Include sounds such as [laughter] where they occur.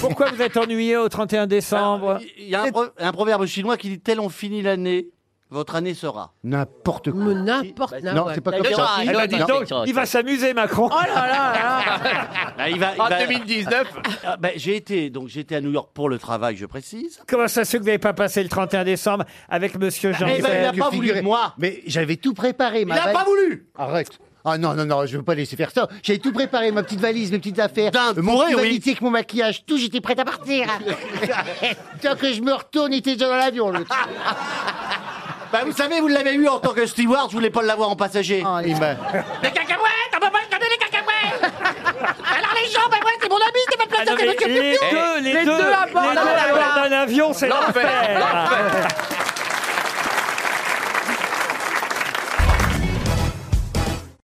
Pourquoi vous êtes ennuyé au 31 Ah, décembre Il y a un, pro- un proverbe chinois qui dit Tel on finit l'année, votre année sera. N'importe quoi. Mais n'importe quoi. Bah, Ah non, c'est pas comme ça. Eh ben, dis donc, il va s'amuser Macron. Oh là là là là Ah, il va- il En va- 2019, Ah, ben, j'ai été donc j'été à New York pour le travail, je précise. Comment ça se fait que vous n'avez pas passé le 31 décembre avec Monsieur Bah, jean Eh ben, il a Tu pas voulu de figurais- moi. Mais j'avais tout préparé. Il ma n'a valise- pas voulu Arrête. Ah non, non, non, je veux pas laisser faire ça. J'avais tout préparé, ma petite valise, mes petites affaires, Dinde, mon pourré, petit oui. magnétique, mon maquillage, tout, j'étais prête à partir. [laughs] Tant que je me retourne, il était déjà dans l'avion, [laughs] l'autre. Bah, Vous savez, vous l'avez eu en tant que steward, je voulais pas l'avoir en passager. Ah, il m'a- Les cacahuètes, on peut pas regarder les cacahuètes Alors les gens, ben moi c'est mon ami, c'est votre place, c'est Ah, les, monsieur deux, les, deux, à bord les d'un deux à bord avion. d'un avion, c'est l'enfer.